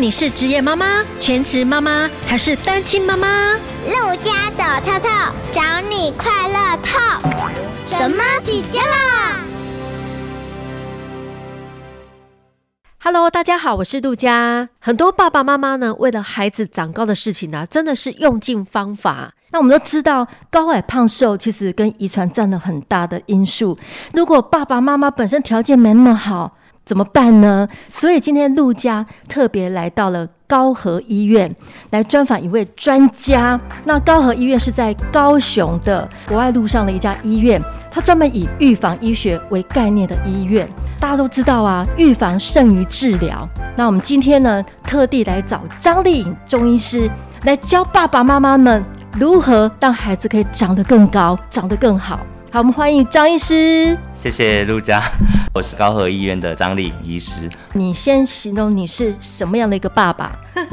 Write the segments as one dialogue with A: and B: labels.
A: 你是职业妈妈、全职妈妈还是单亲妈妈？
B: 陆家走透透，找你快乐透。什么底家啦？
A: Hello，大家好，我是杜佳。很多爸爸妈妈呢，为了孩子长高的事情呢、真的是用尽方法。
C: 那我们都知道，高矮胖瘦其实跟遗传占了很大的因素。如果爸爸妈妈本身条件没那么好，怎么办呢？所以今天陆家特别来到了高和医院，来专访一位专家。那高和医院是在高雄的国爱路上的一家医院，它专门以预防医学为概念的医院。大家都知道啊，预防胜于治疗。那我们今天呢，特地来找张丽颖中医师来教爸爸妈妈们如何让孩子可以长得更高，长得更好。好，我们欢迎张医师。
D: 谢谢陆家， 我是高和医院的张丽颖医师。
C: 你先形容你是什么样的一个爸爸？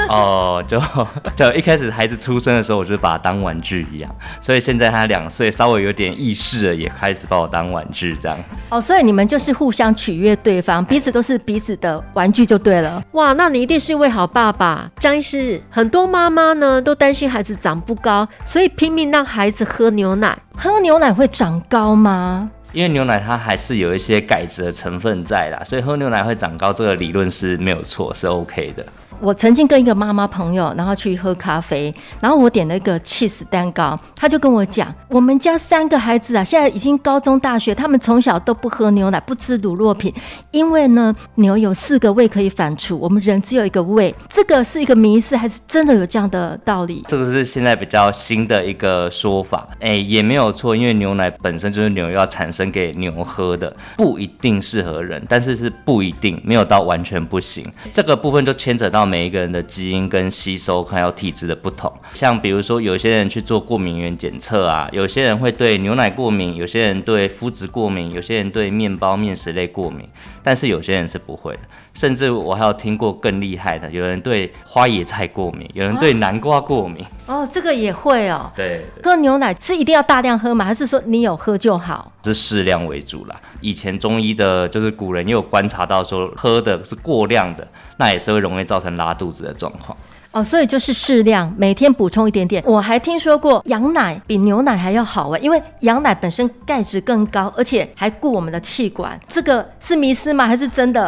D: 哦，就 就一开始孩子出生的时候，我就把他当玩具一样，所以现在他两岁，稍微有点意识了，也开始把我当玩具这样子。
C: 哦，所以你们就是互相取悦对方，彼此都是彼此的玩具就对了。
A: 哇，那你一定是一位好爸爸，张医师。很多妈妈呢都担心孩子长不高，所以拼命让孩子喝牛奶。
C: 喝牛奶会长高吗？
D: 因为牛奶它还是有一些钙质的成分在啦，所以喝牛奶会长高这个理论是没有错，是 OK 的。
C: 我曾经跟一个妈妈朋友，然后去喝咖啡，然后我点了一个 cheese 蛋糕，她就跟我讲，我们家三个孩子啊，现在已经高中大学，他们从小都不喝牛奶，不吃乳酪品，因为呢，牛有四个胃可以反刍，我们人只有一个胃，这个是一个迷思，还是真的有这样的道理？
D: 这个是现在比较新的一个说法，哎、也没有错，因为牛奶本身就是牛要产生给牛喝的，不一定适合人，但是是不一定，没有到完全不行。这个部分就牵扯到每一个人的基因跟吸收还有体质的不同，像比如说有些人去做过敏原检测啊，有些人会对牛奶过敏，有些人对麸质过敏，有些人对面包面食类过敏，但是有些人是不会的。甚至我还有听过更厉害的，有人对花椰菜过
C: 啊
D: 敏，有人对南瓜过敏。
C: 哦，这个也会哦。
D: 对，
C: 喝牛奶是一定要大量喝吗？还是说你有喝就好？
D: 是适量为主啦。以前中医的，就是古人也有观察到说，喝的是过量的，那也是会容易造成拉肚子的状况。
C: 哦，所以就是适量，每天补充一点点。我还听说过羊奶比牛奶还要好哎，因为羊奶本身钙质更高，而且还顾我们的气管。这个是迷思吗？还是真的？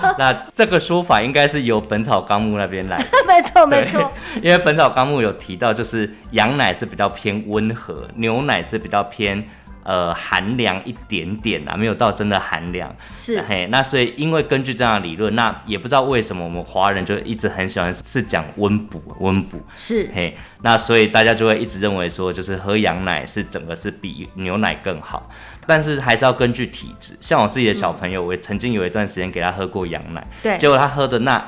C: 啊
D: 那这个说法应该是由《本草纲目》那边来的。
C: 没错， 没
D: 对
C: 错。，
D: 因为《本草纲目》有提到，就是羊奶是比较偏温和，牛奶是比较偏呃寒凉一点点啊，没有到真的寒凉。
C: 是
D: 嘿，那所以因为根据这样的理论，那也不知道为什么我们华人就一直很喜欢是讲温补温补，
C: 是，
D: 嘿，那所以大家就会一直认为说，就是喝羊奶是整个是比牛奶更好，但是还是要根据体质。像我自己的小朋友，我也曾经有一段时间给他喝过羊奶，
C: 对
D: 结果他喝的那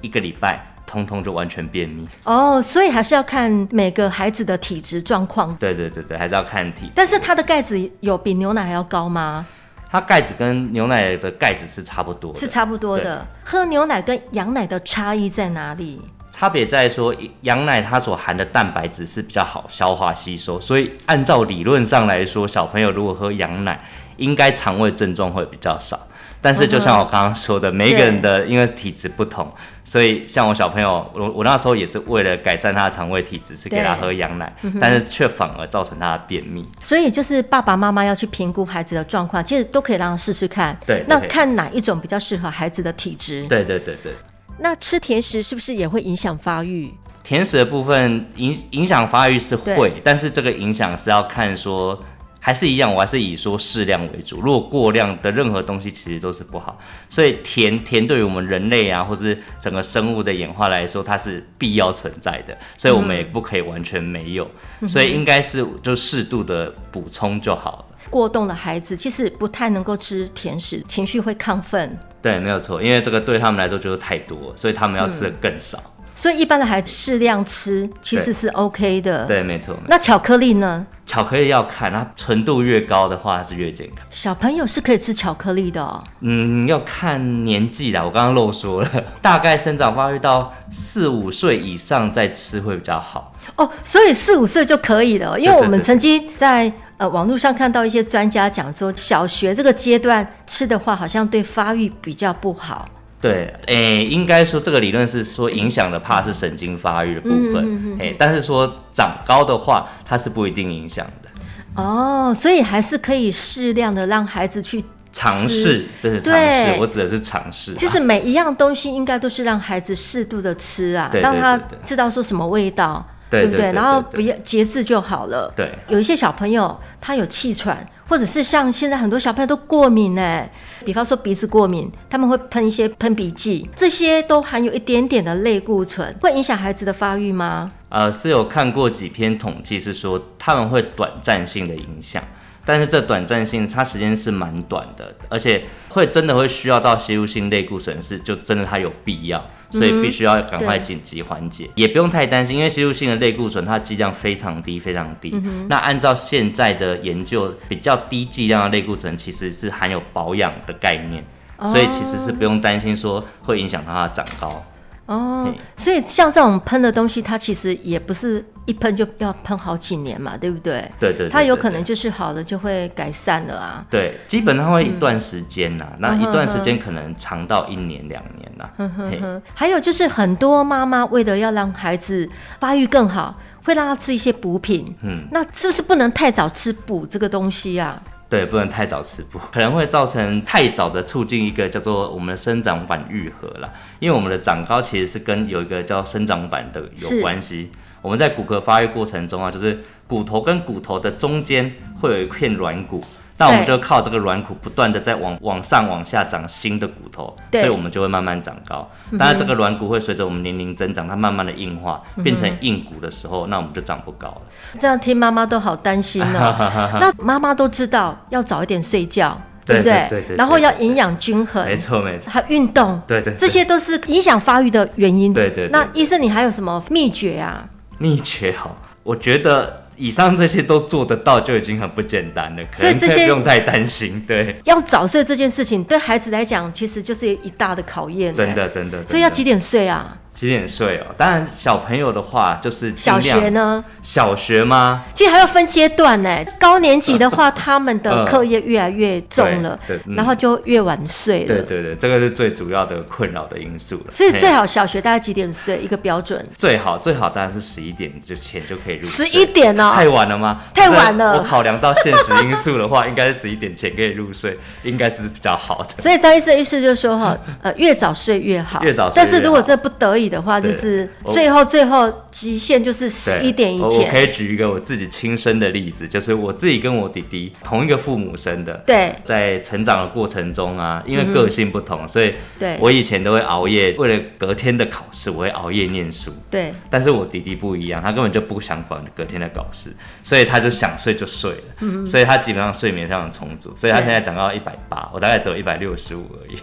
D: 一个礼拜，通通就完全便秘。
C: 哦，所以还是要看每个孩子的体质状况。
D: 对对对对，还是要看体质。
C: 但是它的钙质有比牛奶还要高吗？
D: 它钙质跟牛奶的钙质是差不多的，
C: 是差不多的。喝牛奶跟羊奶的差异在哪里？
D: 差别在说，羊奶它所含的蛋白质是比较好消化吸收，所以按照理论上来说，小朋友如果喝羊奶，应该肠胃症状会比较少。但是就像我刚刚说的，每一个人的因为体质不同，所以像我小朋友，我我那时候也是为了改善他的肠胃体质，是给他
C: 对
D: 喝羊奶，但是却反而造成他的便秘。
C: 所以就是爸爸妈妈要去评估孩子的状况，其实都可以让他试试看。
D: 对
C: 那
D: 都可以
C: 看哪一种比较适合孩子的体质。
D: 对对对对。
A: 那吃甜食是不是也会影响发育？
D: 甜食的部分影影响发育是会
C: 对，
D: 但是这个影响是要看说，还是一样，我还是以说适量为主。如果过量的任何东西其实都是不好，所以甜甜对于我们人类啊，或是整个生物的演化来说，它是必要存在的，所以我们也不可以完全没有，所以应该是就适度的补充就好了。
C: 过动的孩子其实不太能够吃甜食，情绪会亢奋，
D: 对，没有错，因为这个对他们来说就是太多，所以他们要吃的更少。
C: 所以一般的孩子适量吃其实
D: 对
C: 是 OK 的。。
D: 对，没错。没错
C: 那巧克力呢？
D: 巧克力要看，它纯度越高的话，它是越健康。
C: 小朋友是可以吃巧克力的哦。
D: 嗯，要看年纪啦。我刚刚漏说了，大概生长发育到四五岁以上再吃会比较好。
C: 哦，所以四五岁就可以了，因为
D: 对
C: 我们
D: 对
C: 曾经在呃网络上看到一些专家讲说，小学这个阶段吃的话，好像对发育比较不好。
D: 对，诶、应该说这个理论是说影响的怕是神经发育的部
C: 嗯
D: 分，诶、但是说长高的话，它是不一定影响的。
C: 哦，所以还是可以适量的让孩子去
D: 尝
C: 吃
D: 试，这是尝
C: 对
D: 试，我指的是尝试。
C: 其实每一样东西应该都是让孩子适度的吃啊，
D: 对对
C: 让他
D: 对对
C: 知道说什么味道，
D: 对
C: 不
D: 对对
C: 然后
D: 对对
C: 不要节制就好了。
D: 对
C: 有一些小朋友他有气喘，或者是像现在很多小朋友都过敏哎、比方说鼻子过敏，他们会喷一些喷鼻剂，这些都含有一点点的类固醇，会影响孩子的发育吗？
D: 呃，是有看过几篇统计，是说他们会短暂性的影响，但是这短暂性它时间是蛮短的，而且会真的会需要到吸入性类固醇是就真的它有必要，所以必须要赶
C: 嗯
D: 快
C: 对
D: 紧急缓解，也不用太担心，因为吸入性的类固醇它剂量非常低，非常
C: 嗯
D: 低。那按照现在的研究，比较低剂量的类固醇其实是含有保养的概念，
C: 哦
D: 所以其实是不用担心说会影响到它的长高。
C: 哦
D: 嘿，
C: 所以像这种喷的东西，它其实也不是一喷就要喷好几年嘛，对不对？
D: 对对对
C: 它有
D: 对
C: 可
D: 对
C: 能就是好了就会改善了啊。
D: 对，基本上会一段时间呐、那一段时间可能长到一年两年呐、嘿
C: 嗯还有就是很多妈妈为了要让孩子发育更好，会让他吃一些补品。嗯
D: 嗯，
C: 那是不是不能太早吃补这个东西啊？
D: 对，不 能太早吃补，可能会造成太早的促进一个叫做我们的生长板愈合啦。因为我们的长高其实是跟有一个叫生长板的
C: 是
D: 有关系。我们在骨骼发育过程中啊，就是骨头跟骨头的中间会有一片软骨，那我们
C: 对
D: 就靠这个软骨不断的在往往上往下长新的骨头，
C: 对
D: 所以我们就会慢慢长高。当然，这个软骨会随着我们年龄增长，它慢慢的硬化，
C: 嗯
D: 变成硬骨的时候，那我们就长不高了。
C: 这样听妈妈都好担心 哦。那妈妈都知道要早一点睡觉，
D: 对
C: 不对？
D: 对对对对
C: 然后要营养均衡，
D: 没错，没错，
C: 还有运动，
D: 对对对
C: 这些都是影响发育的原因。
D: 对对对
C: 那医生，你还有什么秘诀啊？
D: 秘诀哦，我觉得以上这些都做得到就已经很不简单了，可
C: 所以
D: 能
C: 这
D: 可
C: 些
D: 以不用太担心。对，
C: 要早睡这件事情对孩子来讲，其实就是一大的考验。
D: 真
C: 哎，
D: 的真的，
C: 所以要
D: 真的
C: 几点睡啊？
D: 几点睡哦？当然，小朋友的话就是尽
C: 小
D: 量
C: 学？呢？
D: 小学吗？
C: 其实还要分阶段呢。高年级的话，他们的课业越来越重了，
D: 对对嗯嗯
C: 然后就越晚睡了。
D: 对对对，这个是最主要的困扰的因素了。
C: 所以最
D: 嘿
C: 好小学大概几点睡？一个标准，
D: 最好最好当然是十一点之前就可以入睡。
C: 十一点哦、
D: 太晚了吗？
C: 太晚了
D: 可是我考量到现实因素的话，应 该是十一点前可以入睡，应该是比较好的。
C: 所以张医生的意思就是说 哈，呃，越早睡越好。
D: 越早睡越
C: 但
D: 好
C: 是如果这不得已的话，就
D: 对
C: 是
D: 我
C: 最后最后极限就是十
D: 对哦
C: 一点以
D: 我我可
C: 前。
D: 以举一个我自己亲身的例子，就是我自己跟我弟弟同一个父母生的。
C: 对嗯
D: 在成长的过程中啊，因为个性不同，所以
C: 对
D: 我以前都会熬夜，为了隔天的考试，我会熬夜念书。
C: 对，
D: 但是我弟弟不一样，他根本就不想管隔天的考试，所以他就想睡就睡了，所以他基本上睡眠非常充足，所以他
C: 嗯对
D: 现在长到一百八，我大概只有一百六十五而 已，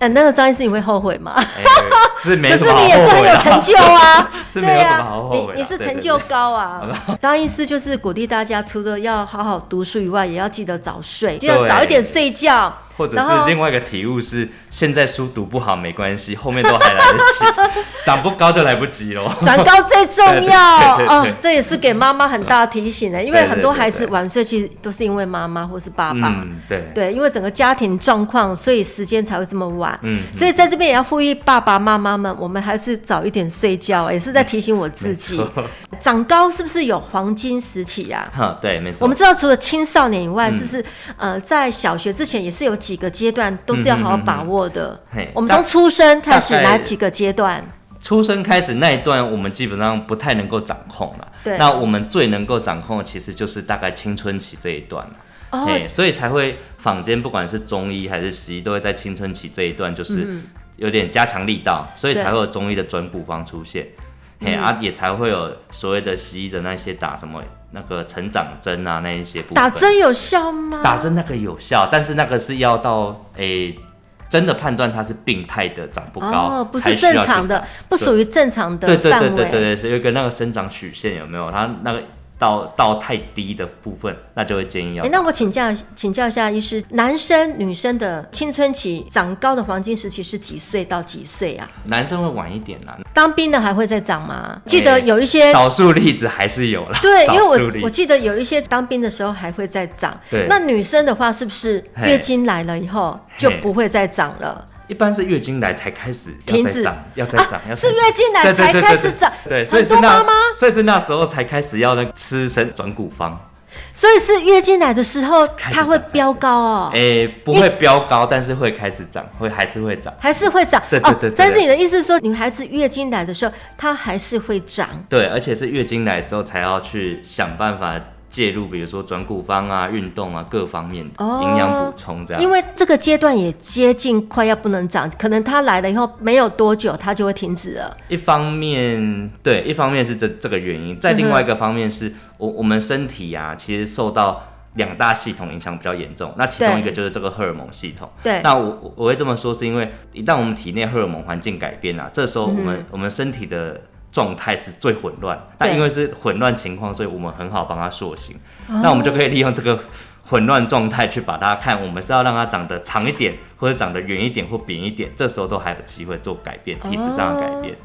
C: 呃，那个张医生你会后悔吗？
D: 哎是没
C: 可
D: 什么
C: 是
D: 好
C: 你也是
D: 后
C: 很
D: 悔
C: 有
D: 的啊。
C: 成就啊，
D: 是没
C: 对
D: 有什
C: 呀，
D: 么好后悔的
C: 你你是
D: 对
C: 成
D: 对
C: 就
D: 对
C: 高 啊。当医师就是鼓励大家，除了要好好读书以外，也要记得早睡，就要
D: 对
C: 早一点睡 觉。
D: 或者
C: 然
D: 是
C: 后
D: 另外一个体悟是，现在书读不好没关系，后面都还来得 及，长不高就来不及咯。
C: 长高最重要
D: 对对对对
C: 哦
D: 对，
C: 这也是给妈妈很大的提醒的，因为
D: 对对
C: 很多
D: 对
C: 孩子
D: 对
C: 晚睡其实都是因为妈妈或是爸爸。
D: 嗯，对，
C: 对，因为整个家庭状况，所以时间才会这么晚。
D: 嗯
C: 所以在这边也要呼吁爸爸妈妈们，我们还是早一点睡觉，也是在提醒我自己
D: 没错。
C: 长高是不是有黄金时期啊呀、
D: 哈，对，没错。
C: 我们知道，除了青少年以
D: 嗯
C: 外，是不是呃，在小学之前也是有几个阶段都是要好好把握的？
D: 嗯嗯嗯嗯嘿
C: 我们从出生开始
D: 大概
C: 哪几个阶段？
D: 出生开始那一段，我们基本上不太能够掌控了。
C: 对
D: 那我们最能够掌控的，其实就是大概青春期这一段了。
C: 哦
D: 嘿所以才会坊间不管是中医还是西医，都会在青春期这一段就是有点加强力道，所以
C: 嗯对嗯
D: 才会有中医的转骨方出现。嘿、啊，也才会有所谓的西医的那些打什么那个成长针啊那一些部分。
C: 打针啊有效吗？
D: 打针那个有效，但是那个是要到诶、真的判断它是病态的长不高，
C: 哦，不
D: 才
C: 是
D: 需要
C: 正
D: 去
C: 常的，不属于正常的
D: 对对
C: 范
D: 对
C: 围。
D: 对对对，是有一个那个生长曲线有没有？它那个到到太低的部分，那就会建议要
C: 哎，
D: 打。
C: 那我请教请教一下医师，男生女生的青春期长高的黄金时期是几岁到几岁啊？
D: 男生会晚一点啊啦，
C: 当兵的还会再长吗？记得
D: 哎
C: 有一些。
D: 少数例子还是有啦。
C: 对，因
D: 少
C: 为
D: 数
C: 我
D: 例
C: 我
D: 子
C: 记得有一些当兵的时候还会再长。
D: 对
C: 那女生的话是不是
D: 嘿
C: 月经来了以后就
D: 嘿
C: 不会再长了？
D: 一般是月经来才开始要
C: 停
D: 再
C: 止
D: 长，要再
C: 啊
D: 长，要
C: 是
D: 再长
C: 月经来
D: 对对
C: 才
D: 对
C: 开
D: 对
C: 始长
D: 对，所以
C: 很
D: 是
C: 多
D: 那
C: 妈妈，
D: 所以是那时候才开始要那个吃生转骨方，
C: 哦所以是月经来的时候，
D: 开始
C: 它会
D: 长
C: 飙高哦。
D: 诶、哎不会飙高，但是会开始长，会还是会长。
C: 还是会长
D: 对对对对
C: 哦
D: 对，
C: 但是你的意思是说，女孩子月经来的时候，她还是会长，
D: 对，而且是月经来的时候才要去想办法介入，比如说转骨方啊、运动啊各方面的
C: 哦
D: 营养补充这样。
C: 因为这个阶段也接近快要不能长，可能她来了以后没有多久，她就会停止了。
D: 一方面对，一方面是这这个原因，在另外一个方面是、我我们身体啊，其实受到两大系统影响比较严重，那其中
C: 对
D: 一个就是这个荷尔蒙系统。
C: 对
D: 那我我我会这么说，是因为一旦我们体内荷尔蒙环境改变啊，这时候我们、我们身体的。状态是最混乱，那
C: 对
D: 因为是混乱情况，所以我们很好帮它塑形。那我们就可以利用这个混乱状态去把它看，我们是要让它长得长一点，或者长得圆一点，或扁一点，这时候都还有机会做改变，体质上的改变。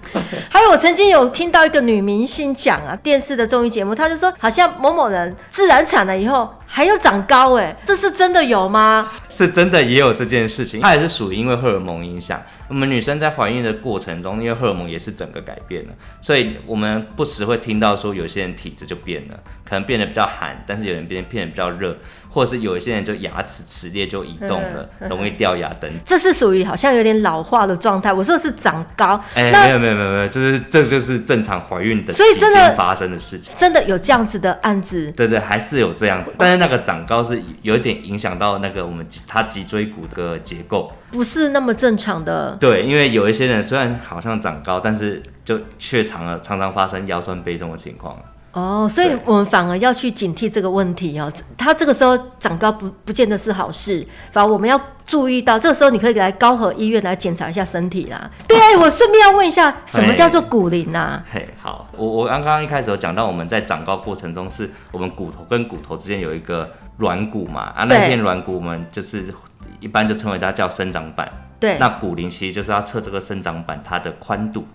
C: 还有，我曾经有听到一个女明星讲啊，电视的综艺节目，她就说好像某某人自然产了以后还要长高、哎，这是真的有吗？
D: 是真的也有这件事情，它也是属于因为荷尔蒙影响。我们女生在怀孕的过程中，因为荷尔蒙也是整个改变了，所以我们不时会听到说有些人体质就变了，可能变得比较寒，但是有人变变得比较热，或者是有一些人就牙齿齿列就移动
C: 嗯
D: 了，容易掉牙等 等。
C: 这是属于好像有点老化的状态。我说的是长高，
D: 哎、
C: 那
D: 没有没有没有没有，就是这就是正常怀孕的期
C: 所以真的
D: 间发生的事情。
C: 真的有这样子的案子。
D: 对对，还是有这样子，但是那个长高是有一点影响到那个我们脊它脊椎骨的结构。
C: 不是那么正常的
D: 对，因为有一些人虽然好像长高，但是就却常了常常发生腰酸背痛的情况。
C: 哦，所以
D: 对
C: 我们反而要去警惕这个问题哦。他这个时候长高不不见得是好事，反而我们要注意到，这个时候你可以来高和医院来检查一下身体啦。对，哎我顺便要问一下，什么叫做骨龄啊？
D: 嘿，好，我我刚刚一开始有讲到，我们在长高过程中，是我们骨头跟骨头之间有一个软骨嘛，啊，那
C: 对
D: 片软骨我们就是一般就称为它叫生长板。
C: 对，
D: 那骨龄其实就是要测这个生长板它的宽度。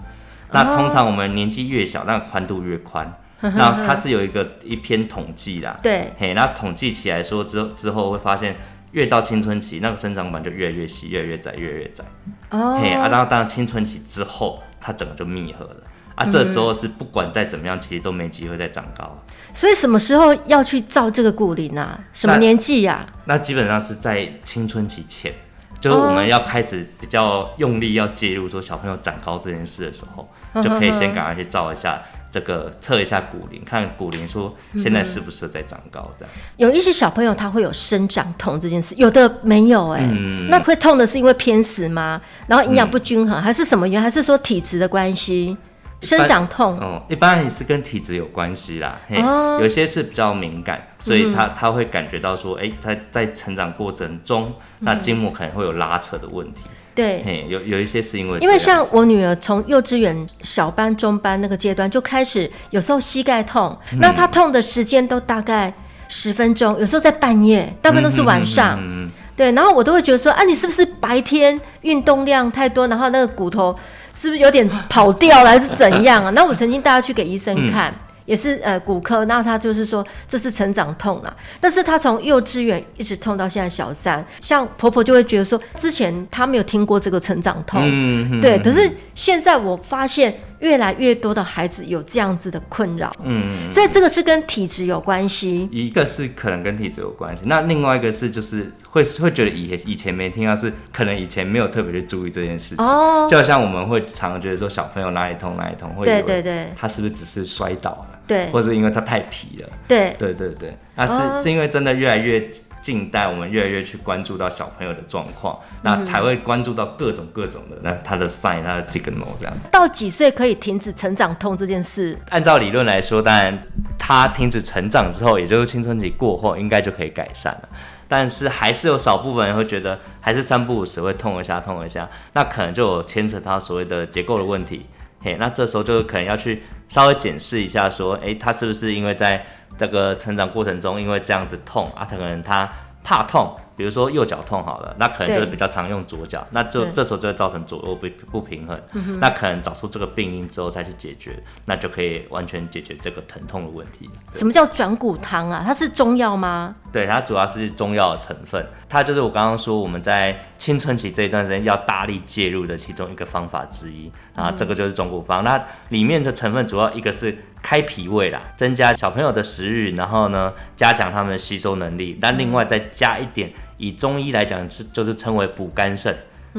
D: 那
C: 哦
D: 通常我们年纪越小，那个宽度越 宽。那它是有一个一篇统计啦，
C: 对
D: 嘿，那统计起来说之后之后会发现，越到青春期，那个生长板就越来越细，越来越窄，越来越窄。
C: 哦
D: 嘿，啊，然后当青春期之后，它整个就密合了。啊，这时候是不管再怎么样，其实都没机会再长高。
C: 所以什么时候要去照这个骨龄啊？什么
D: 那
C: 年纪啊呀、
D: 那基本上是在青春期前，就是我们要开始比较用力要介入说小朋友长高这件事的时候，就可以先赶快去照一下这个测一下骨龄，看骨龄说现在适不适合再长高这样。
C: 有一些小朋友他会有生长痛这件事，有的没有哎、
D: 嗯
C: 那会痛的是因为偏食吗？然后营养不均衡，还是什么原因？还是说体质的关系？生长痛，
D: 哦，一般也是跟体质有关系啦，嘿，
C: 哦嗯
D: 有些是比较敏感，所以他他会感觉到说，哎、他在成长过程
C: 嗯
D: 中，那筋膜可能会有拉扯的问题，
C: 对，
D: 嘿，有有一些是因为
C: 嗯因为
D: 这
C: 像
D: 样
C: 我女儿从幼稚园小班、中班那个阶段就开始，有时候膝盖痛，
D: 嗯
C: 那她痛的时间都大概十分钟，有时候在半夜，大部分都是晚上。
D: 嗯嗯嗯嗯
C: 对，然后我都会觉得说，啊，你是不是白天运动量太多，然后那个骨头是不是有点跑掉了，还是怎样啊？那 我曾经带她去给医
D: 嗯
C: 生看。也是呃骨科，那他就是说这是成长痛啦、但是他从幼稚园一直痛到现在小三，像婆婆就会觉得说，之前她没有听过这个成长痛，
D: 嗯嗯
C: 对，可是现在我发现越来越多的孩子有这样子的困扰，
D: 嗯，
C: 所以这个是跟体质有关系。
D: 一个是可能跟体质有关系，那另外一个是就是会会觉得以以前没听到是可能以前没有特别去注意这件事情，
C: 哦
D: 就好像我们会常常觉得说小朋友哪里痛哪里痛，会以
C: 对
D: 为
C: 对对
D: 他是不是只是摔倒了，
C: 对
D: 或是因为他太皮了，
C: 对，
D: 对对对，那是、
C: 哦
D: 是因为真的越来越近代，我们越来越去关注到小朋友的状况，那才会关注到各种各种的那他的 sign、他的 signal 这样。
C: 到几岁可以停止成长痛这件事？
D: 按照理论来说，当然他停止成长之后，也就是青春期过后，应该就可以改善了。但是还是有少部分人会觉得，还是三不五时会痛一下，痛一下，那可能就有牵扯到所谓的结构的问题。嘿，那这时候就可能要去稍微检视一下，说，诶，他是不是因为在这个成长过程中，因为这样子痛啊，他可能他怕痛，比如说右脚痛好了，那可能
C: 对
D: 就是比较常用左脚，那就
C: 对嗯
D: 这时候就会造成左右不不平衡。那可能找出这个病因之后再去解决，那就可以完全解决这个疼痛的问题。
C: 什么叫转骨汤啊？它是中药吗？
D: 对，它主要是中药的成分，它就是我刚刚说我们在青春期这一段时间要大力介入的其中一个方法之一啊，这个就是中古方。那里面的成分主要一个是开脾胃啦，增加小朋友的食欲，然后呢加强他们的吸收能力。那另外再加一点，以中医来讲是就是称为补肝肾，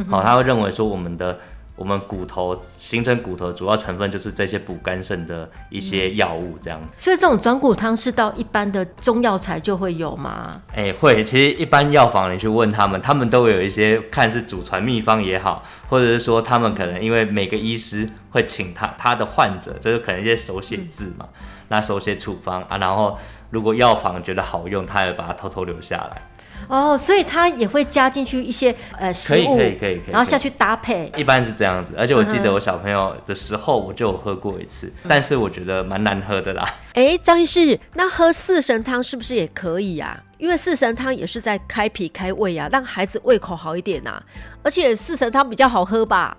D: 好、他会认为说我们的。我们骨头形成骨头的主要成分就是这些补肝肾的一些药物，这样
C: 所以这种转骨汤是到一般的中药材就会有吗？
D: 哎、会，其实一般药房你去问他们，他们都会有一些看是祖传秘方也好，或者是说他们可能因为每个医师会请他他的患者，就是可能一些手写字嘛，那手写处方啊，然后如果药房觉得好用，他也把它偷偷留下来。
C: 哦，所以它也会加进去一些呃食
D: 可以
C: 物，
D: 可以可以可以
C: 然后下去搭配。
D: 一般是这样子，而且我记得我小朋友的时候我就有喝过一次，但是我觉得蛮难喝的啦。
A: 哎，张医师，那喝四神汤是不是也可以呀、因为四神汤也是在开脾开胃啊，让孩子胃口好一点呐、而且四神汤比较好喝吧？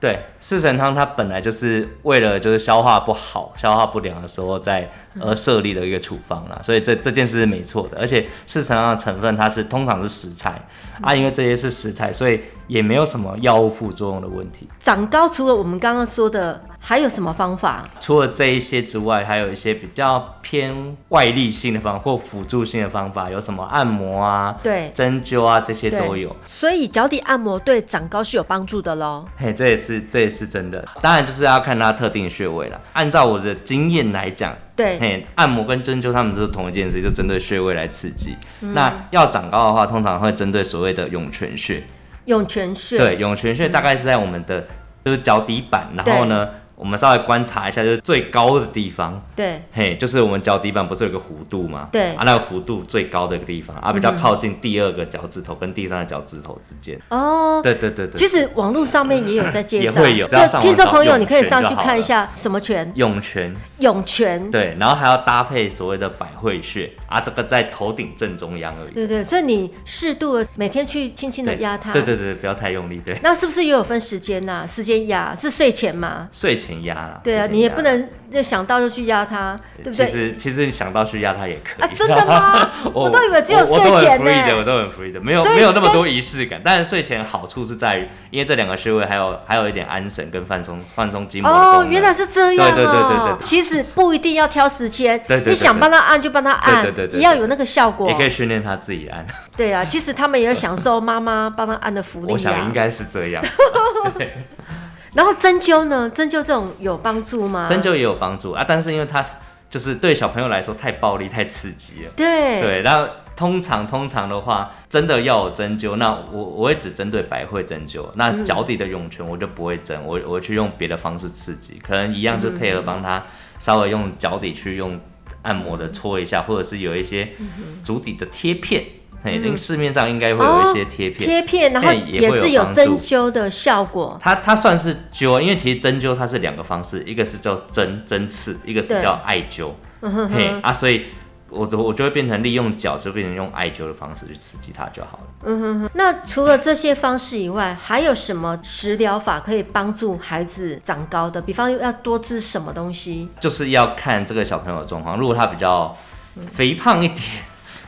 D: 对，四神汤它本来就是为了就是消化不好、消化不良的时候在
C: 嗯
D: 而设立的一个处方啦，所以这这件事是没错的。而且四神汤的成分它是通常是食材
C: 嗯
D: 啊，因为这些是食材，所以也没有什么药物副作用的问题。
C: 长高除了我们刚刚说的，还有什么方法？
D: 除了这一些之外，还有一些比较偏外力性的方法或辅助性的方法，有什么按摩啊、
C: 对
D: 针灸啊这些都
C: 对
D: 有。
A: 所以脚底按摩对长高是有帮助的喽。
D: 嘿，这也是这也是真的，当然就是要看它特定穴位啦。按照我的经验来讲，
C: 对
D: 嘿，按摩跟针灸它们都是同一件事，就针对穴位来刺激。
C: 嗯
D: 那要长高的话，通常会针对所谓的涌泉穴。
C: 涌泉穴。
D: 对，涌泉
C: 嗯
D: 穴大概是在我们的、就是脚底板，然后呢，我们稍微观察一下，就是最高的地方。
C: 对
D: 嘿，就是我们脚底板不是有个弧度吗？
C: 对嗯
D: 啊，那个弧度最高的一个地方啊，比较靠近第二个脚趾头跟第三个脚趾头之间。
C: 哦。
D: 对对对对。
C: 其实网络上面也有在介
D: 也
C: 绍，
D: 会有只要
C: 就
D: 上网
C: 听众
D: 找
C: 朋友，
D: 涌
C: 你可以
D: 泉
C: 上
D: 就
C: 去
D: 好
C: 看一
D: 了
C: 下什么泉，
D: 涌泉
C: 涌泉。
D: 对，然后还要搭配所谓的百会穴啊，这个在头顶正中央而已。
C: 对对，所以你适度的每天去轻轻的压它。
D: 对对对，不要太用力。对，
C: 那是不是也有分时间呐、时间压是睡前嘛？
D: 睡前压啦。
C: 对啊，
D: 睡前压
C: 你也不。能就想到就去压它，对不
D: 其
C: 对？
D: 实其实你想到去压它也可以。
C: 啊真的吗我都以为只有
D: 我我都
C: 睡前
D: 很 free
C: 呢
D: 的，我都很 free 的，没有
C: 所以
D: 没有那么
C: 跟
D: 多仪式感。但是睡前好处是在于，因为这两个穴位还有还有一点安神跟放松放松筋膜的功
C: 哦，
D: 能
C: 原来是这样哦。
D: 对对对对对对
C: 其实不一定要挑时间，
D: 对对对对
C: 你想帮他按就帮他按，
D: 对对对对对
C: 一样有那个效果
D: 也。可以训练它自己按。
C: 对啊，其实他们也有享受妈妈帮他按的福利、啊。
D: 我想应该是这样。
C: 然后针灸呢？针灸这种有帮助吗？
D: 针灸也有帮助啊，但是因为它就是对小朋友来说太暴力、太刺激了。
C: 对
D: 对，那通常通常的话，真的要有针灸，那我我会只针对百会针灸，那脚底的涌泉我就不会针，我我会去用别的方式刺激，可能一样就配合帮他稍微用脚底去用按摩的搓一下，或者是有一些足底的贴片，嘿，因为市面上应该会有一些贴片。
C: 贴片，然后
D: 嘿也
C: 也
D: 会有
C: 是有
D: 帮助
C: 针灸的效果。
D: 它它算是灸，因为其实针灸它是两个方式，一个是叫针针刺，一个是
C: 对嗯
D: 叫艾灸。嘿啊，所以我就我就会变成利用脚，就变成用艾灸的方式去刺激它就好了。
C: 那除了这些方式以外，还有什么食疗法可以帮助孩子长高的？比方要多吃什么东西？
D: 就是要看这个小朋友的状况，如果他比较肥胖一点，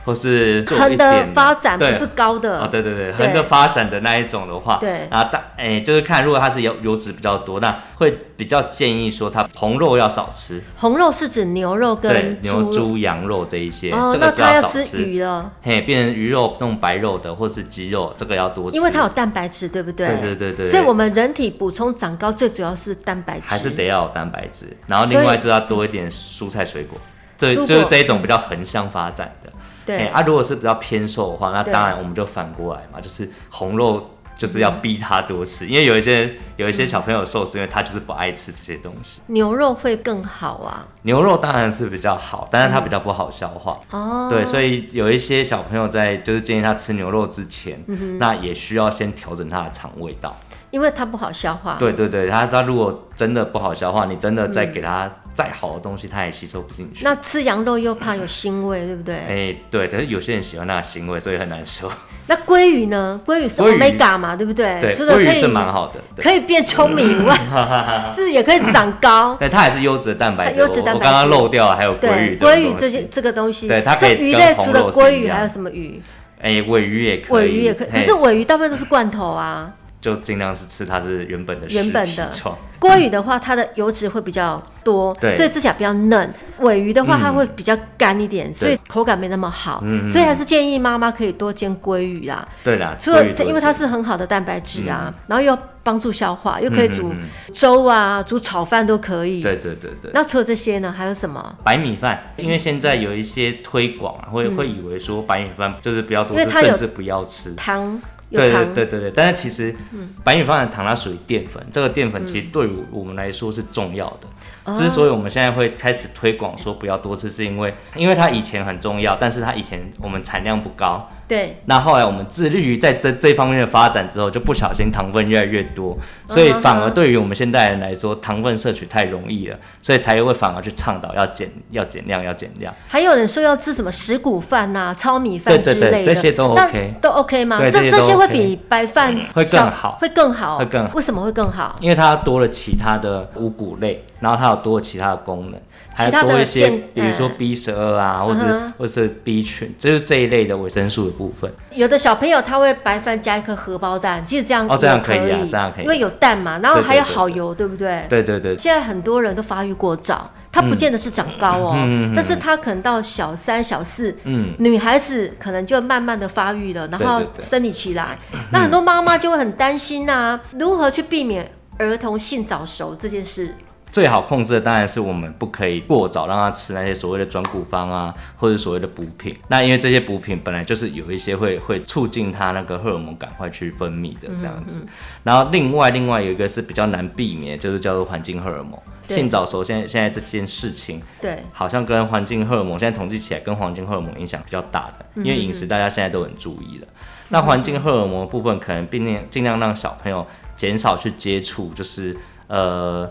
D: 或是做一
C: 横的
D: 点
C: 发展不
D: 对
C: 是高的，
D: 哦，对对对，
C: 对
D: 横着发展的那一种的话，
C: 对
D: 啊，大哎、就是看如果他是油油脂比较多，那会比较建议说他红肉要少吃，
C: 红肉是指牛肉
D: 对
C: 跟，
D: 牛、
C: 肉。
D: 猪、羊肉这一些，
C: 哦，
D: 这
C: 那
D: 个是
C: 他
D: 少
C: 吃
D: 吃。
C: 鱼了，
D: 嘿，变成鱼肉弄白肉的，或是鸡肉，这个要多吃，
C: 因为它有蛋白质，对不对？
D: 对对对对
C: 所以我们人体补充长高最主要是蛋白质，
D: 还是得要有蛋白质，然后另
C: 所
D: 外
C: 以
D: 就要多一点蔬菜水果，这
C: 蔬果
D: 就是这一种比较横向发展的。
C: 对
D: 嘿啊，如果是比较偏瘦的话，那
C: 对
D: 当然我们就反过来嘛，就是红肉就是要逼他多吃，因为有一些有一
C: 嗯
D: 些小朋友瘦是因为他就是不爱吃这些东西。
C: 牛肉会更好啊。
D: 牛肉当然是比较好，但是它比较不好消化。
C: 哦，
D: 对，所以有一些
C: 嗯
D: 小朋友在就是建议他吃牛肉之前，那也需要先调整他的肠胃道。
C: 因为它不好消化。
D: 对对对，它它如果真的不好消化，你真的再给它再好的东西，它也吸收不进去。
C: 那吃羊肉又怕有腥味，对不对？
D: 哎、对，可是有些人喜欢那个腥味，所以很难受。
C: 那鲑鱼呢？鲑鱼是
D: 鲑鱼
C: omega 嘛，对不对？
D: 对，
C: 哎除了
D: 鲑
C: 可
D: 鱼
C: 以
D: 是蛮好的，对，
C: 可以变聪明以外， 是不是也可以长高？
D: 但它还是优质的蛋白
C: 它
D: 质。
C: 优质蛋白质
D: 我我刚刚漏掉了，还有鲑
C: 对
D: 鱼，
C: 鲑
D: 鲑
C: 鱼这些这个东西，
D: 对它可
C: 所
D: 以
C: 以鱼
D: 跟
C: 类
D: 红
C: 除了
D: 肉是
C: 鲑
D: 一
C: 鱼
D: 样
C: 还有什么鱼？
D: 哎、尾鱼也可以，
C: 尾鱼也可以，可
D: 嘿
C: 是尾鱼大部分都是罐头啊。
D: 就尽量是吃它是原本的
C: 原
D: 实
C: 本
D: 体
C: 的
D: 状
C: 鲑鱼的话，它的油脂会比较多，
D: 对
C: 所以吃起来比较嫩。尾鱼的话，
D: 嗯
C: 它会比较干一点，所以口感没那么好。
D: 嗯嗯
C: 所以还是建议妈妈可以多煎鲑鱼啊，
D: 对啦，
C: 除了
D: 鲑鱼
C: 它因为它
D: 多一点
C: 是很好的蛋白质啊，然后又帮助消化，又可以煮
D: 嗯嗯
C: 粥啊、煮炒饭都可以。
D: 对对对对。
C: 那除了这些呢，还有什么？
D: 白米饭，因为现在有一些推广啊，会、会以为说白米饭就是不要
C: 嗯
D: 多
C: 因
D: 吃，
C: 为它有
D: 甚至不要吃。
C: 汤有
D: 对对
C: 汤，
D: 对对对，但是其实白米饭的糖它属于淀粉，这个淀粉其实对于我们来说是重要的。之所以我们现在会开始推广说不要多吃，是因为因为它以前很重要，但是它以前我们产量不高，
C: 对
D: 那后来我们致力于在这这方面的发展之后，就不小心糖分越来越多，所以反而对于我们现代人来说，糖分摄取太容易了，所以才会反而去倡导要减、要减量、要减量。
C: 还有人说要吃什么石谷饭呐、糙米饭之
D: 对
C: 类
D: 对
C: 的，
D: 对这些都
C: 那
D: OK
C: 都 OK 吗？
D: 对
C: 这
D: 这些
C: 这
D: 都
C: 些会
D: OK
C: 比白饭
D: 会更
C: 小
D: 好
C: 会更好，
D: 会更好
C: 为什么会更好？
D: 因为它多了其他的五谷类，然后它有多了其他的功能，还
C: 其他的
D: 多一些
C: 健，
D: 比如说
C: 嗯
D: B 十二啊，或者
C: 嗯哼
D: 或者是 B 群，就是这一类的维生素的部分。
C: 有的小朋友他会白饭加一颗荷包蛋，其实这样
D: 哦这样
C: 也
D: 可
C: 可
D: 以啊这样可以
C: 因为有蛋嘛，然后
D: 对对
C: 还有
D: 对
C: 好
D: 对
C: 油，对不对？
D: 对对对，
C: 现在很多人都发育过早，他不见得是长高哦，
D: 嗯嗯嗯嗯
C: 但是他可能到小三、小四，
D: 嗯
C: 女孩子可能就慢慢的发育了，然后
D: 对嗯对对
C: 生理期来，那很多妈妈就会很担心呐、如何去避免儿童性早熟这件事？
D: 最好控制的当然是我们不可以过早让他吃那些所谓的转骨方啊，或者所谓的补品。那因为这些补品本来就是有一些会会促进他那个荷尔蒙赶快去分泌的
C: 嗯
D: 这样子。然后另外另外有一个是比较难避免，就是叫做环境荷尔蒙。
C: 对
D: 性早熟现在现在这件事情，
C: 对，
D: 好像跟环境荷尔蒙，现在统计起来跟环境荷尔蒙影响比较大的，
C: 嗯
D: 因为饮食大家现在都很注意了。那环境荷尔蒙的部分，可能尽量尽量让小朋友减少去接触，就是呃，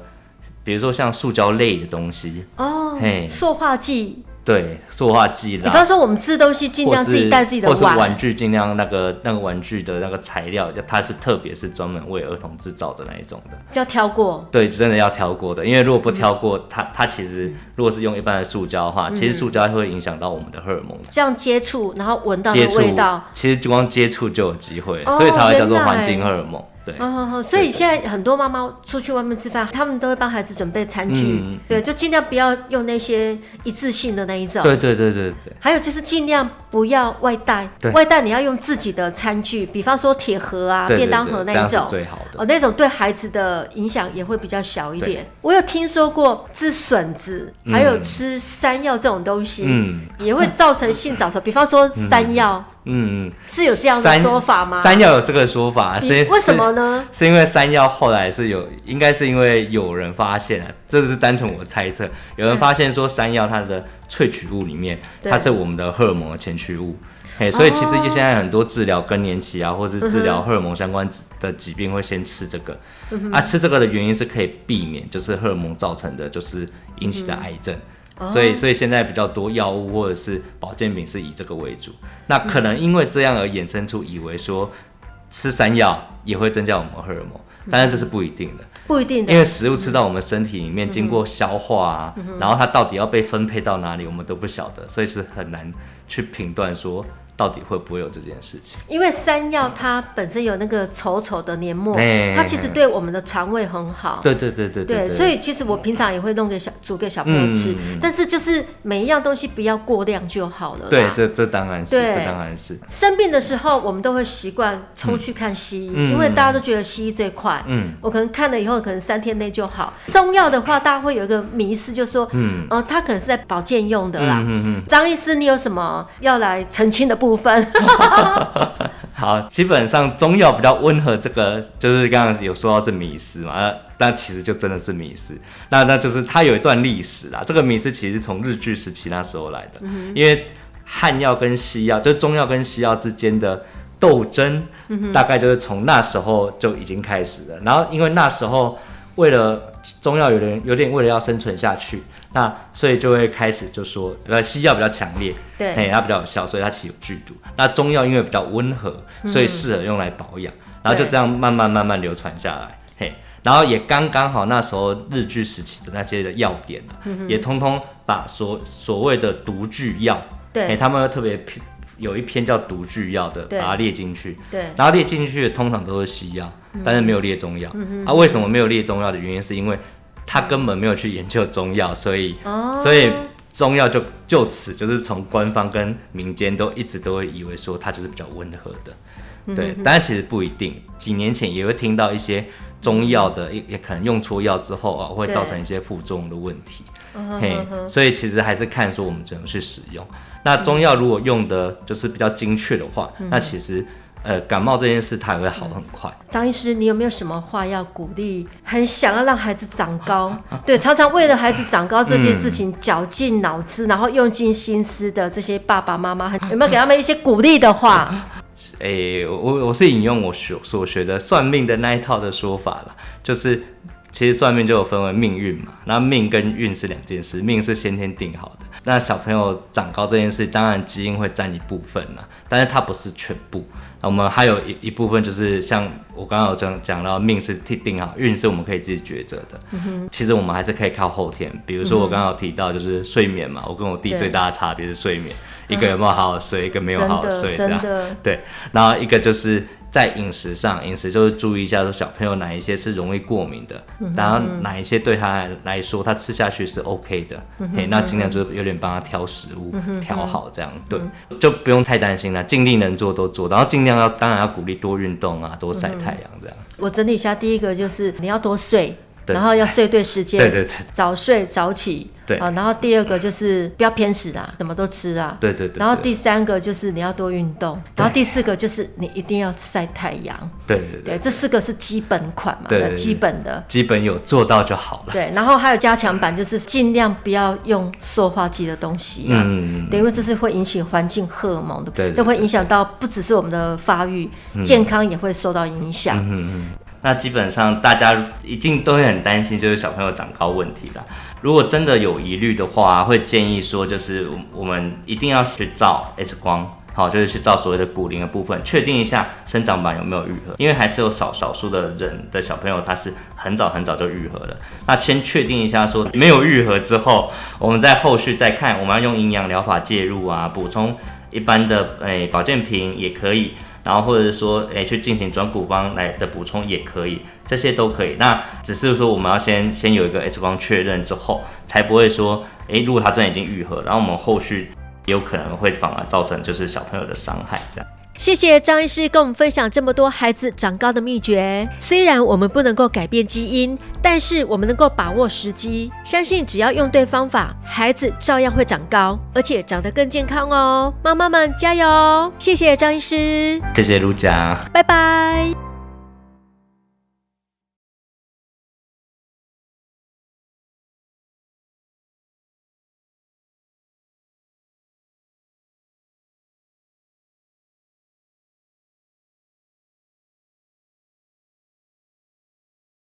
D: 比如说像塑胶类的东西，
C: 哦
D: 嘿，
C: 塑化剂，
D: 对，塑化剂
C: 比方
D: 啦。
C: 说我们吃东西尽
D: 或
C: 量自己
D: 是
C: 带自己的
D: 或是
C: 碗，
D: 玩具，尽量那个那个玩具的那个材料，它是特别是专门为儿童制造的那一种的。
C: 就要挑过。
D: 对，真的要挑过的，因为如果不挑过，它它其实如果是用一般的塑胶的话，
C: 嗯
D: 其实塑胶会影响到我们的荷尔蒙
C: 这样接触，然后闻到
D: 接
C: 的
D: 触
C: 嗯味道，，
D: 其实光接触就有机会，
C: 哦
D: 所以才会叫做
C: 原来
D: 环境荷尔蒙。对，
C: 哦，哦所以
D: 对对
C: 现在很多妈妈出去外面吃饭，他们都会帮孩子准备餐具，
D: 嗯
C: 对，就尽量不要用那些一次性的那一种。
D: 对对对对对，
C: 还有就是尽量不要外带
D: 对，
C: 外带你要用自己的餐具，比方说铁盒啊、
D: 对对
C: 便当
D: 对
C: 盒那
D: 这
C: 一
D: 样是
C: 种。
D: 最好的
C: 哦，。那种对孩子的影响也会比较小一点。我有听说过吃笋子，还有吃山药这种东西，
D: 嗯
C: 也会造成性 早熟。比方说山药、
D: 嗯，
C: 是有这样的
D: 山
C: 说法吗？
D: 山药有这个说法，
C: 你
D: 是
C: 为什么？呢？
D: 是是因为山药后来是有，应该是因为有人发现啊，这是单纯我猜测，有人发现说山药它的萃取物里面，
C: 对
D: 它是我们的荷尔蒙的前驱物。嘿，所以其实就现在很多治疗更年期啊，或是治疗荷尔蒙相关的疾病，会先吃这个。啊，吃这个的原因是可以避免，就是荷尔蒙造成的，就是引起的癌症。所以，所以现在比较多药物或者是保健品是以这个为主。那可能因为这样而衍生出以为说吃山药也会增加我们荷尔蒙，
C: 嗯
D: 当然这是不一定的。
C: 不一定的
D: 因为食物吃到我们身体里面，经过消化啊，
C: 嗯
D: 然后它到底要被分配到哪里，我们都不晓得，所以是很难去评断说到底会不会有这件事情。
C: 因为山药它本身有那个稠稠的黏膜，
D: 哎
C: 它其实对我们的肠胃很好。
D: 对对对对
C: 哦对，
D: 对，
C: 所以其实我平常也会弄给小煮给小朋友吃，
D: 嗯
C: 但是就是每一样东西不要过量就好了啦。
D: 对这这当然是，
C: 对
D: 这当然是，
C: 生病的时候，我们都会习惯冲去看西医，
D: 嗯
C: 因为大家都觉得西医最快。
D: 嗯
C: 我可能看了以后，可能三天内就好。中药的话，大家会有一个迷思，就说，嗯
D: 嗯，
C: 呃，它可能是在保健用的啦。
D: 嗯嗯嗯，
C: 张医师，你有什么要来澄清的部 分？
D: 好，基本上中药比较温和，这个就是刚刚有说到是迷思嘛，呃那但其实就真的是迷思。那那就是它有一段历史啦，这个迷思其实从日据时期那时候来的，因为汉药跟西药，就是中药跟西药之间的斗争，大概就是从那时候就已经开始了。然后因为那时候为了中药有点有点为了要生存下去，那所以就会开始就说，呃，西药比较强烈，
A: 对
D: 嘿，它比较有效，所以它其实有剧毒。那中药因为比较温和，所
A: 嗯
D: 以适合用来保养，然后就这样慢慢慢慢流传下来，嘿。然后也刚刚好，那时候日据时期的那些的药典啊，
A: 嗯
D: 也通通把所所谓的毒具药，
A: 对
D: 嘿他们特别篇有一篇叫毒具药的，
A: 对
D: 把它列进去。
A: 对
D: 然后列进去的通常都是西药，
A: 嗯
D: 但是没有列中药。啊，为什么没有列中药的原因，是因为他根本没有去研究中药，所以、
A: 哦
D: 所以中药就就此就是从官方跟民间都一直都会以为说它就是比较温和的，对，但其实不一定。几年前也会听到一些中药的，也也可能用错药之后啊，会
A: 对
D: 造成一些副作用的问题。嘿，所以其实还是看说我们怎么去使用。那中药如果用的就是比较精确的话，那其实呃感冒这件事它也会好得很快。
C: 张医师，你有没有什么话要鼓励？很想要让孩子长高， 对，常常为了孩子长高这件事情绞尽脑汁，然后用尽心思的这些爸爸妈妈，有没有给他们一些鼓励的话？
D: 诶、我我我是引用我所所学的算命的那一套的说法啦，就是其实算命就有分为命运嘛，那命跟运是两件事，命是先天定好的。那小朋友长高这件事，当然基因会占一部分啦，但是它不是全部。那我们还有一一部分就是像我刚刚有讲讲到，命是定定好，运是我们可以自己抉择的。
C: 嗯
D: 其实我们还是可以靠后天，比如说我刚刚有提到就是睡眠嘛，我跟我弟
C: 对
D: 最大的差别是睡眠，一个有没有好好睡，一 个没有好好睡，这
C: 真的
D: 样
C: 真的
D: 对。然后一个就是在饮食上，饮食就是注意一下说小朋友哪一些是容易过敏的，然后哪一些对他来来说他吃下去是 OK 的，嘿，那尽量就是有点帮他挑食物，调好这样，对，就不用太担心了，尽力能做都做，然后尽量要当然要鼓励多运动啊，多晒太阳这样。
C: 我整理一下，第一个就是你要多睡。
D: 对
C: 然后要睡对时间，
D: 对对对
C: 早睡早起，
D: 对
C: 啊。然后第二个就是不要偏食啦，什么都吃啊，
D: 对对对对
C: 然后第三个就是你要多运动，然后第四个就是你一定要晒太阳，
D: 对对对，
C: 对，这四个是基本款嘛，
D: 对对对
C: 基本 的。
D: 基本有做到就好了。
C: 对，然后还有加强版，就是尽量不要用塑化剂的东西啊，
D: 嗯
C: 对，因为这是会引起环境荷尔蒙的，
D: 对对嗯
C: 这会影响到不只是我们的发育，健康也会受到影响。
D: 那基本上大家一定都会很担心，就是小朋友长高问题啦。如果真的有疑虑的话，会建议说，就是我我们一定要去照 X 光，好，就是去照所谓的骨龄的部分，确定一下生长板有没有愈合，因为还是有少少数的人的小朋友他是很早很早就愈合了。那先确定一下说没有愈合之后，我们在后续再看，我们要用营养疗法介入啊，补充一般的诶、保健品也可以。然后或者是说，诶、去进行转骨方来的补充也可以，这些都可以。那只是说我们要先先有一个 X 光确认之后，才不会说，诶、如果它真的已经愈合，然后我们后续有可能会反而造成就是小朋友的伤害这样。
A: 谢谢张医师跟我们分享这么多孩子长高的秘诀。虽然我们不能够改变基因，但是我们能够把握时机，相信只要用对方法，孩子照样会长高，而且长得更健康哦。妈妈们加油！谢谢张医师，
D: 谢谢陆家。
A: 拜拜。